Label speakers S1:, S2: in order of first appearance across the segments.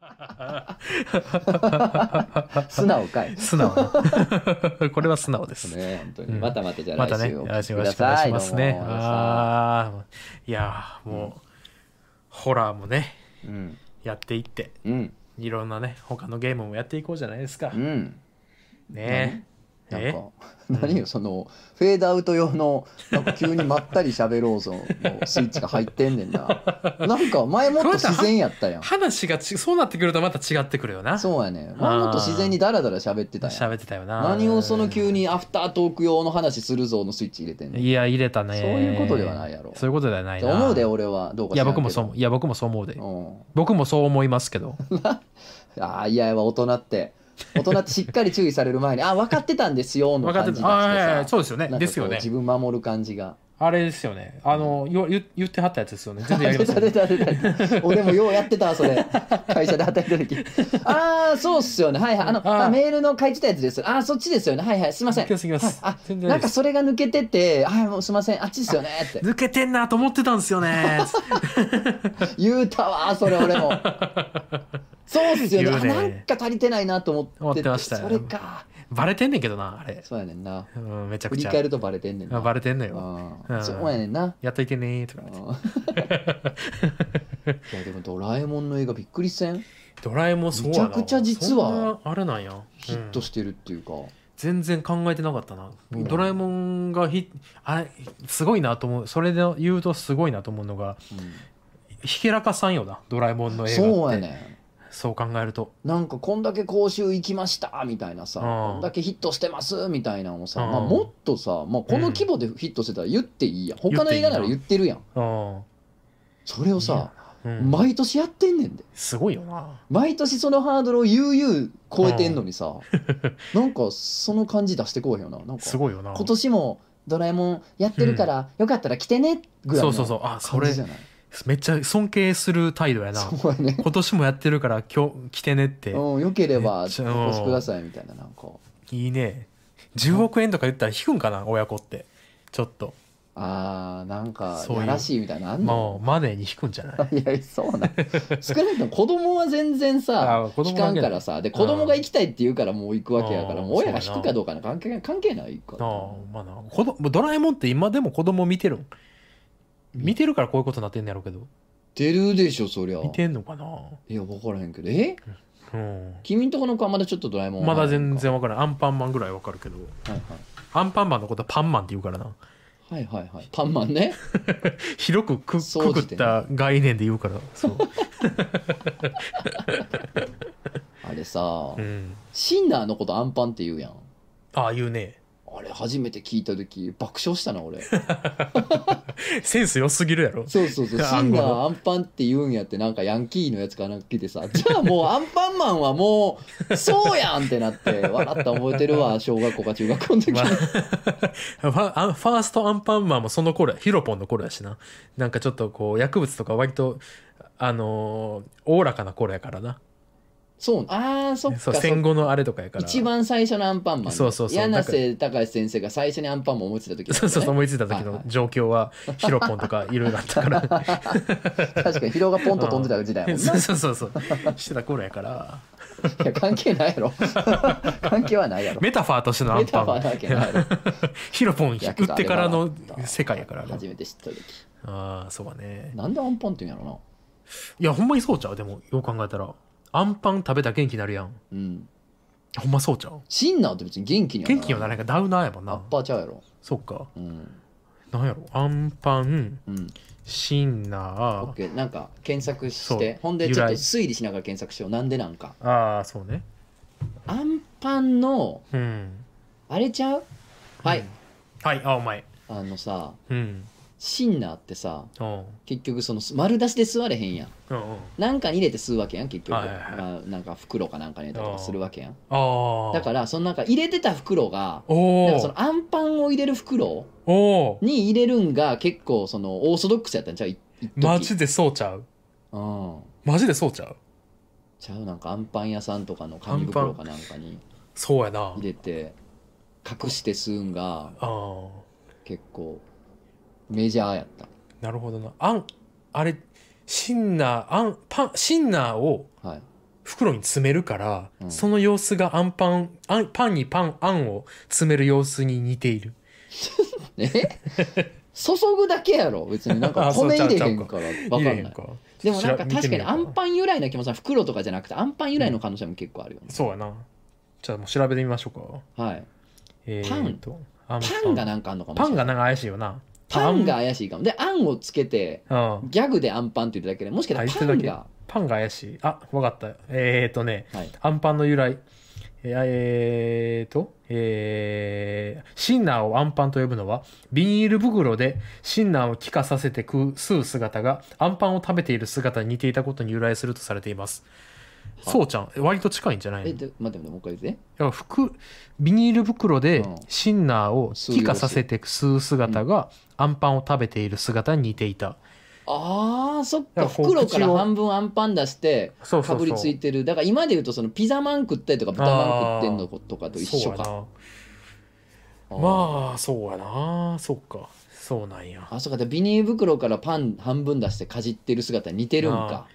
S1: 素直かい。
S2: 素直な これは素直です。
S1: ね、本当に。
S2: うん
S1: またまたじゃあ
S2: また
S1: 来
S2: ね、
S1: 週
S2: よ
S1: お
S2: ろ
S1: 聞
S2: し
S1: き
S2: く
S1: く
S2: お
S1: だ
S2: 願い
S1: さい。
S2: します
S1: ど
S2: ね。
S1: うも
S2: あーいやーもう、ホラーもね、
S1: うん。
S2: やっていって、
S1: うん。
S2: いろんなね、他のゲームもやっていこうじゃないですか
S1: う。ん。
S2: ねえ。
S1: なん
S2: え
S1: か、何よ、その、フェードアウト用の、なんか急にまったり喋ろうぞのスイッチが入ってんね んな。なんか、前もっと自然やったやん。
S2: 話がちそうなってくるとまた違ってくるよな。
S1: そうやね。前もっと自然にダラダラ喋ってたやん。
S2: 喋ってたよな。
S1: 何をその急にアフタートーク用の話するぞのスイッチ入れてんねん。
S2: いや、入れたね。
S1: そういうことではないやろ
S2: そういうことではない
S1: と
S2: な。
S1: 思うで、俺は。どうか
S2: い
S1: 知ら
S2: や、
S1: んけど
S2: 僕もそう思う。いや、僕もそう思うで。
S1: うん。
S2: 僕もそう思いますけど。
S1: ああ、いやいや、大人って。大人ってしっかり注意される前に、あ分かってたんですよ、の
S2: 分かって
S1: 感じ
S2: た。
S1: が
S2: ああ
S1: し
S2: い
S1: て
S2: やい
S1: さ
S2: や、そうですよね
S1: なんかこ。う
S2: ですよね
S1: 自。分守る感じが。
S2: あれですよね。あの、言わ言言ってはったやつです よね。全然やりま
S1: 出
S2: す
S1: た
S2: よ
S1: 出
S2: ね。
S1: た出た。俺もようやってたわ、それ。会社で働いてる時。ああ、そうっすよね。はいはい。あの、
S2: あー
S1: あメールの書いてたやつです。ああ、そっちですよね。はいはい。すいません。
S2: 行きます行きます
S1: はいあ、
S2: 全然
S1: なんかそれが抜けてて、はい、もうすいません。あっちですよね。って。
S2: 抜けてんなと思ってたんですよね。
S1: 言うたわ、それ俺も。そうっすよね。
S2: 言うね
S1: あなんか足りてないなと思ってて。
S2: 思ってましたよ
S1: それか。
S2: バレてんねんけどな、あれ。
S1: そうやねんな。
S2: うん、めちゃ
S1: 振
S2: く
S1: り
S2: ちゃ。
S1: 返るとバレてんねんな。
S2: あバレてんのよ。う
S1: うんん、そうやねんな。
S2: やっといてねーとか
S1: う
S2: 言
S1: ん
S2: って。
S1: いやでもドラえもんの映画びっくりせん
S2: ドラえもんそうやな
S1: めちゃくちゃ実は
S2: そんなあれなんや。
S1: ヒットしてるっていうか、
S2: 全然考えてなかったな、
S1: うん
S2: ドラえもんがひあれすごいなと思うそれで言うとすごいなと思うのがひけらかさんよなドラえもん
S1: う
S2: の
S1: ん
S2: 映画って
S1: そうやね
S2: そう考えると
S1: なんかこんだけ講習行きましたみたいなさ、
S2: うん
S1: こんだけヒットしてますみたいなのをさ、
S2: うん
S1: まあ、もっとさ、まあ、この規模でヒットしてたら言っていいやん他の映画なら言ってるやん
S2: うん、
S1: それをさ、
S2: うん
S1: 毎年やってんねんです
S2: ごいよな
S1: 毎年そのハードルを悠々超えてんのに さ、なんかその感じ出してこうへんよななんか
S2: すごいよな
S1: 今年もドラえもんやってるから、よかったら来てねぐらい
S2: そ
S1: の
S2: うそうそうあそ
S1: 感
S2: れ
S1: じじゃない
S2: めっちゃ尊敬する態度やな
S1: そうやね
S2: 今年もやってるから今日来てねって
S1: うん、よければお
S2: めっ
S1: 越
S2: ち
S1: し
S2: ゃうん
S1: くださいみたいななんか
S2: いいね10億円とか言ったら引くんかな親子ってちょっと
S1: あーなんか
S2: そういう
S1: やらしいみたいなのあんの
S2: もうマネーに引くんじゃない
S1: いやそうな ん少なくとも子供は全然
S2: あ
S1: さ
S2: 子供
S1: 聞
S2: 関
S1: か
S2: 係
S1: ん
S2: ない
S1: からさで子供が行きたいって言うからもう行くわけやから
S2: うん
S1: もう親が
S2: そ
S1: 引
S2: うやな
S1: くかどうかの関係関係ないか
S2: な
S1: ら
S2: あまあな子供ドラえもんって今でも子供見てるん見てるからこういうことになってんねやろうけど
S1: 出るでしょそりゃ
S2: 見てんのかない
S1: や分からへんけどえ
S2: うん
S1: 君んとこの子はまだちょっとドラえもん
S2: まだ
S1: はない
S2: 全
S1: のか
S2: 然わからんアンパンマンぐらいわかるけど
S1: はい
S2: アンパンマンのことはパンマンって言うからな
S1: はいはいはいはいパンマンね
S2: 広くく
S1: そう
S2: くく
S1: ですね
S2: った概念で言うからそう、
S1: あれさ
S2: うん、
S1: シンナーのことアンパンって言うやん
S2: ああ言うね
S1: あれ初めて聞いた時爆笑したな俺
S2: センス良すぎる やろ
S1: そうそう そう。シンナーアンパンって言うんやって、なんかヤンキーのやつかなんか来てさ、じゃあもうアンパンマンはもう、そうやんってなって、笑った覚えてるわ、 小学校か中学校の時
S2: まあ、 ファあファーストアンパンマンもその頃やヒロポンの頃やしななんかちょっとこう薬物とか割とあのーおおらかな頃やからな
S1: そう、あー、そっか
S2: そう
S1: そっ
S2: 戦
S1: か。
S2: 後のあれとかやから
S1: 一番最初のアンパンマンね。
S2: そうそうそう
S1: 柳瀬隆先生が最初にアンパンマンを思ってた時だった
S2: そう
S1: ね
S2: そ うそう思いついた時
S1: はいは
S2: の
S1: い
S2: 状況はヒロポンとかいろいろあったから
S1: 確かに、ヒロが ポンと飛んでた時代やもんな。
S2: そう そうそうそうしてた頃やから
S1: いや、関係ないや ろ。関係はないやろ。
S2: メタファーとしてのア
S1: メ
S2: ンパ
S1: タ
S2: ン
S1: ファ
S2: マ
S1: ー
S2: ン
S1: なわけないやろ。
S2: ヒロポン打ってからの世界やからね
S1: 初めて知った時。
S2: ああそうだね
S1: なんでアンパンって言うんやろ
S2: いやほんまにそうちゃうでもよう考えたらアンパン食べたら元気になるやん
S1: な。うん。
S2: ほんまそうちゃう
S1: シンナーって別に元気には
S2: 元気にはなら
S1: い。
S2: んかダウナーやもん
S1: アッ
S2: な
S1: パーちゃうやろ。
S2: そっか
S1: うん。
S2: なんやろアンパン
S1: うん。
S2: シンナ
S1: オッ
S2: ー
S1: ケーなんか検索し
S2: そう
S1: てほんでちょっと
S2: 由来
S1: 推理しながら検索しようなんでなんか
S2: ああそうね
S1: アンパンの
S2: うん
S1: あれちゃうはい、
S2: はいあお前
S1: あのさ
S2: うん
S1: シンナーってさ
S2: うん
S1: 結局その丸出しで吸われへんやん
S2: うんうん
S1: なんかに入れて吸うわけやん結局、
S2: はいはいはい
S1: まあなんか袋かなんかに入れたりとかするわけやん
S2: ああ
S1: だからそのなんか入れてた袋がなん
S2: お
S1: かそのアンパンを入れる袋
S2: おおー
S1: に入れるんが結構そのオーソドックスやったんちゃうい一時
S2: マジでそうちゃう
S1: うん
S2: マジでそうちゃう
S1: ちゃうなんかアンパン屋さんとかの紙袋かなんかに
S2: そうやな
S1: 入れて隠して吸うんが
S2: ああ
S1: 結構メジャーやった
S2: なるほどな。あん、あれ、シンナー、あん、パン、シンナーを
S1: はい
S2: 袋に詰めるから、
S1: うん
S2: その様子があんパンあんパンにパンあんを詰める様子に似ている
S1: え注ぐだけやろ別になんか
S2: あそう
S1: 米入
S2: ちゃ
S1: れ
S2: う
S1: へ
S2: ちゃうん
S1: から分かん
S2: 入
S1: な
S2: れ
S1: い
S2: へんか
S1: でもなんか
S2: 知ら見て
S1: 確か
S2: み
S1: に
S2: よう
S1: アンパン由来な気もさ袋とかじゃなくてアンパン由来の可能性も結構あるよね、
S2: そうやなじゃあもう調べてみましょうか
S1: はい
S2: えー、とあん
S1: パンがなんかあんのかもし
S2: パ
S1: れ
S2: ン
S1: な
S2: が
S1: い
S2: なんか怪しいよな
S1: パンが怪しいかもであんをつけて
S2: うん
S1: ギャグでアンパンって言うだけでもしかしたらパンが
S2: パンが怪しいあわかったえー、とね
S1: はい
S2: アンパンの由来えーえーと、えー、シンナーをアンパンと呼ぶのは、ビニール袋でシンナーを気化させて食う吸う姿が、アンパンを食べている姿に似ていたことに由来するとされています。
S1: はい
S2: そうちゃん、え割と近いんじゃないの
S1: えで待って待ってもう一回言って
S2: いや服ビニール袋で
S1: うん
S2: シンナーを気化させて吸う姿がアンパンを食べている姿に似ていた、
S1: あーそっ
S2: だ
S1: か
S2: からこう
S1: 袋から
S2: 口を
S1: 半分アンパン出して
S2: そう
S1: かぶりついてるだから今で言うとそのピザマン食ったりとか豚マン食ってんのとかと一緒か
S2: そうやなまあそうやなそっかそうなんや
S1: あそうかでビニール袋からパン半分出してかじってる姿に似てるんか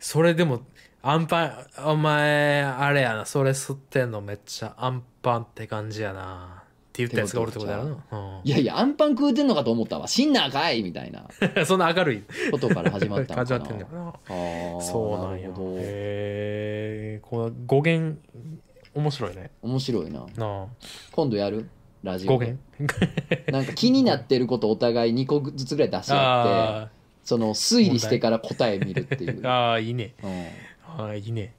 S2: それでもアンパンお前あれやなそれ吸ってんのめっちゃアンパンって感じやなって言ったやつがおるってことやろな、
S1: いやいやアンパン食うてんのかと思ったわシンナーかいみたいな
S2: うん そんな明るい
S1: ことから始まったの
S2: 始
S1: か
S2: ま
S1: な
S2: ってんだよな
S1: あー
S2: そうなんや
S1: るほど
S2: へえこの語源面白いね
S1: 面白いな
S2: なあ
S1: 今度やるラジ
S2: 語
S1: オ
S2: 源
S1: なんか気になってることお互い2個ずつぐらい出し合って
S2: あ
S1: その推理してから答え見るっていう
S2: ー、あーいいね
S1: うん、
S2: あーいいね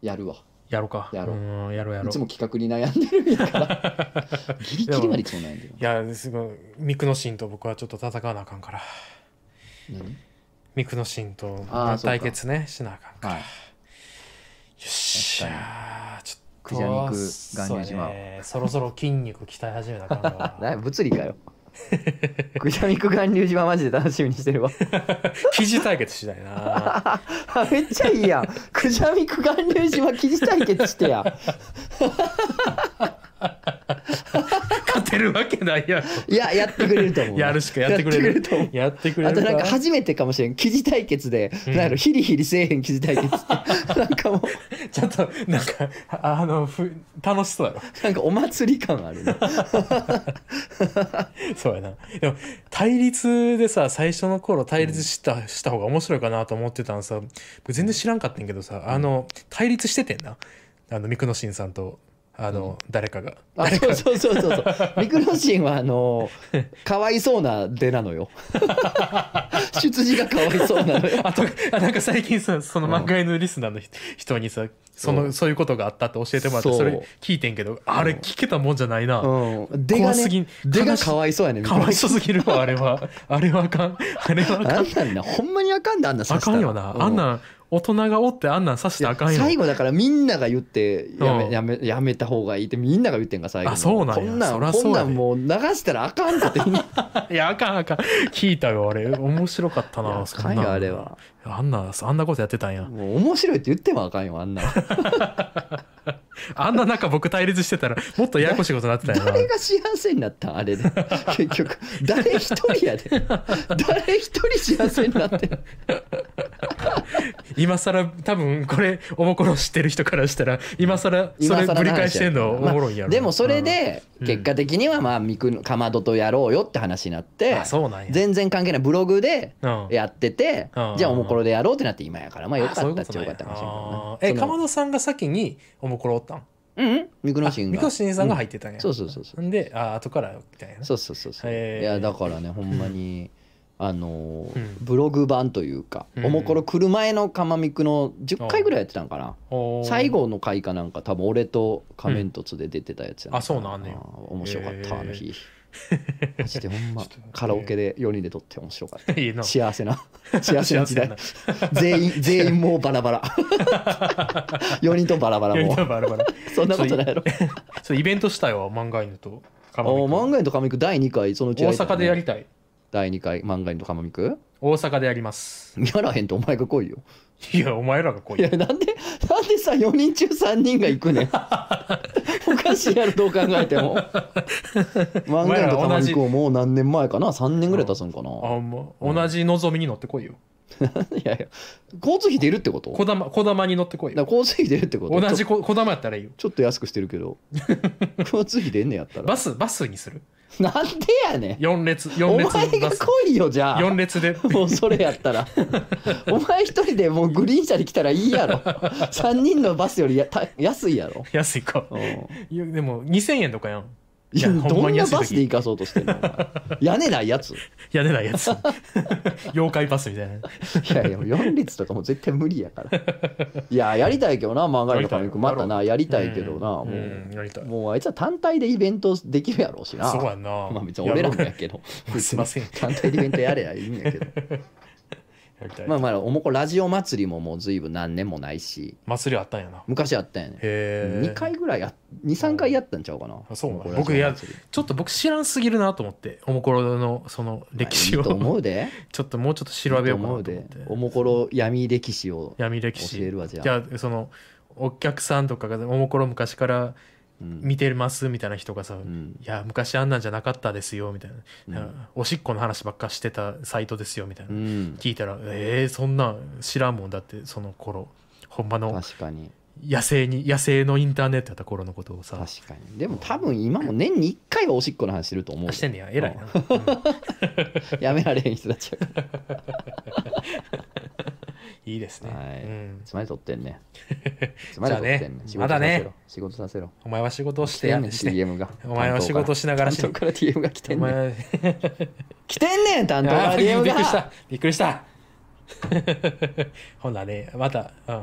S1: やるわ
S2: やろうか
S1: やろうん
S2: やろうや
S1: い
S2: ろ
S1: つ
S2: う
S1: も企画に悩んでるんやから ギリギリまでいつも悩んでる
S2: いやすごいミクノシンと僕はちょっと戦わなあかんから
S1: 何
S2: ミクノシンと
S1: あーそうか
S2: 対決ねしなあかんから
S1: はい
S2: よっしゃーちょっと
S1: クジャ肉含入しまう
S2: そうやねそろそろ筋肉鍛え始めなあかん わ
S1: だい物理かよくじゃみく巌流島マジで楽しみにしてるわ
S2: 生地対決しないな
S1: めっちゃいいやんくじゃみく巌流島記事対決してや
S2: 勝てるわけないやろ
S1: いややってくれると思う
S2: やるしかやってくれる
S1: やってくれると思
S2: やってくれ
S1: あ
S2: る
S1: となんか初めてかもしれん記事対決で、
S2: うん
S1: なんやろヒリヒリせえへん記事対決って なんかもう
S2: ちょっとなんかあのふ楽しそうやろ
S1: なんかお祭り感あるね
S2: そうやなでも対立でさ最初の頃対立した,、した方が面白いかなと思ってたんさ僕全然知らんかったんやけどさあの対立しててんなあのミクノシンさんとあの、誰かが
S1: あそうそうそうそうそうミクロシンはあ のかわいそうな出なのよ 出自がかわいそうなのよ
S2: あとあなんか最近さその
S1: うん
S2: 漫画のリスナーの人人にさ
S1: そ
S2: そ
S1: う
S2: のそういうことがあったって教えてもらって
S1: そう
S2: それ聞いてんけどあれ聞けたもんじゃないな、
S1: うん、出が
S2: 怖すぎ
S1: ね
S2: ん
S1: 出が
S2: 悲し
S1: かわいそうやね
S2: かわいそうすぎるわあれはあれはあかんあれはあ
S1: あ
S2: かん
S1: んなんなほんまにあかんであんな
S2: あ
S1: 刺した
S2: からんよな、
S1: う
S2: あんなん大人がおってあんなん刺してあかんよ
S1: 最後だからみんなが言ってやめ,、
S2: うん
S1: やめやめた方がいいってみんなが言ってんが最後
S2: あそうなんや
S1: こんな
S2: そ
S1: ん
S2: ら
S1: こ
S2: そ
S1: ん
S2: う
S1: な
S2: やで
S1: んもう流したらあかんって言って
S2: い やあかんあかん聞いたよあれ面白かったなそん
S1: かん
S2: な
S1: よ
S2: ん
S1: あれは
S2: あんなあんなことやってたんや
S1: もう面白いって言ってもあかんよあんな
S2: あんな中僕対立してたらもっとややこしいことになってたん やな
S1: 誰が幸せになったんあれ で結局誰一人やで誰一人幸せになってん
S2: 今更多分これおもころ知ってる人からしたら今更 それ
S1: 今更の話
S2: ぶり
S1: や
S2: 返してんのおもろいん
S1: ま
S2: やろ、
S1: あでもそれで
S2: うん
S1: 結果的にはまあミクかまどとやろうよって話になっ
S2: うん、
S1: て
S2: あそうなんや
S1: 全然関係ないブログで
S2: うん
S1: やってて
S2: うん
S1: じゃあおもころでやろうってなって今やからまあよ
S2: あそう
S1: か
S2: い
S1: っ
S2: う
S1: たっ
S2: こと
S1: ちゃ
S2: ね
S1: よかったかもしれん
S2: あー
S1: け
S2: え
S1: ど
S2: かま
S1: な
S2: どさんが先におもころおったん
S1: そのうんうんミクノ
S2: あ
S1: シン
S2: み
S1: が
S2: こしんさんが入ってたんや、
S1: そうそうそうそ
S2: んであ後からみたいな
S1: そうそうそうそう
S2: へー
S1: いやだからねほんまにあのー
S2: うん
S1: ブログ版というか
S2: うん
S1: おもころ来る前のかまみくの10回ぐらいやってたんかな
S2: おー
S1: 最後の回かなんか多分俺と仮面凸で出てたやつや
S2: うんあそうなんあんねん
S1: あー面白かっ
S2: へ
S1: た
S2: ー
S1: あの日マジでほんま
S2: ちょっと
S1: カラオケで4人で撮って面白かっ
S2: い いな
S1: た幸せな幸せな時代
S2: 幸
S1: 全員全員もうバラバラ 4人ともバラバラ
S2: やり
S1: も
S2: た
S1: う
S2: いバラバラ
S1: そんなことないやろ
S2: そうイベントしたいわ漫画犬とカ
S1: あ
S2: モ
S1: ー
S2: ミ君
S1: 漫画園とカミク第2回そのうちや
S2: 大
S1: りたいね
S2: 阪でやりたい
S1: 第2回漫画園とカモミク
S2: 大阪でやります。
S1: やらへんとお前が来いよ
S2: いや、お前らが来
S1: い
S2: い。
S1: やなんでなんでさ4人中3人が行く ねんおかしいやろどう考えてもワンガンとたまにこうもう何年前かな3年ぐらい経つんかな、
S2: あもう同じ望みに乗ってこいよ。
S1: いやいや交通費出るってこと
S2: こだま、こだまに乗ってこい
S1: だ
S2: よ。
S1: から交通費出るってこと
S2: 同
S1: ち
S2: じ
S1: ょ
S2: ここだまやったらいいよ。
S1: ちょっと安くしてるけど交通費出んねやったら
S2: バス、バスにする。
S1: なんでやねん
S2: 4列、
S1: お
S2: 4
S1: 前
S2: 列
S1: が
S2: バス。
S1: 来いよじゃあ
S2: 4列で。
S1: もうそれやったらお前一人でもうグリーン車で来たらいいやろ3人のバスよりやた安いやろ
S2: 安いか。
S1: うん
S2: いや、でも2000円とかやん。
S1: いや
S2: いやほん
S1: ど
S2: ま
S1: ん
S2: に
S1: な
S2: 安い時
S1: バスで行かそうとして んのお前屋根ないやつい
S2: 屋根ない やつ。妖怪バスみたいな。
S1: やいや4列とかも絶対無理やからいややりたいけどな漫画の神くまたなやりたいけどなも
S2: うん
S1: う
S2: うんやりたい。
S1: もうあいつは単体でイベントできるやろうしな
S2: そうやんな。
S1: まあ別に俺らも
S2: いや
S1: やけど
S2: 僕 すいません。
S1: 単体でイベントやれやいいんやけ ど
S2: やりたい
S1: まあまあおもこラジオ祭りももう随分何年もないし
S2: 祭りあったんやな。
S1: 昔あったんやね
S2: へえ。
S1: 2回ぐらいや23回やったんちゃうかな
S2: あそうなん
S1: もこれ
S2: 僕や
S1: そうなんですよ
S2: ちょっと僕知らんすぎるなと思って、おもころのその歴史
S1: い
S2: を
S1: いと。思うで
S2: ちょっともうちょっと調べようかなと思っ
S1: いい
S2: て
S1: と思うでおもころ闇歴史を、
S2: 闇歴史
S1: 教えるわじゃあ
S2: あそのお客さんとかがおもころ昔から
S1: うん
S2: 見てますみたいな人がさ、
S1: う
S2: い
S1: ん
S2: や昔あんなんじゃなかったですよみたいな、
S1: うん
S2: おしっこの話ばっかしてたサイトですよみたいな、
S1: うん、
S2: 聞いたらえー、そんなん知らんもんだってその頃ほんまの
S1: 確かに
S2: 野生に野生のインターネットやった頃のことをさ
S1: 確かにでも多分今も年に1回はおしっこの話してると思う
S2: あ
S1: よ
S2: してんねや偉 いな、うん
S1: やめられへん人たちやから
S2: いいですね、
S1: はい
S2: うん、
S1: つまり取ってん ねつまり取ってんね仕
S2: じゃ
S1: 事
S2: あ
S1: さ
S2: ね
S1: せろ、仕事させろ
S2: お前は仕事をし
S1: してて
S2: や
S1: んねん
S2: して
S1: DM が
S2: お前は仕事しながらし
S1: 担当から DM が来て
S2: お
S1: んねん
S2: 前
S1: 来てんねん担当か
S2: あ
S1: ら
S2: ーび
S1: DM
S2: っくりし
S1: が
S2: たびっくりしたほんなねまた、うん、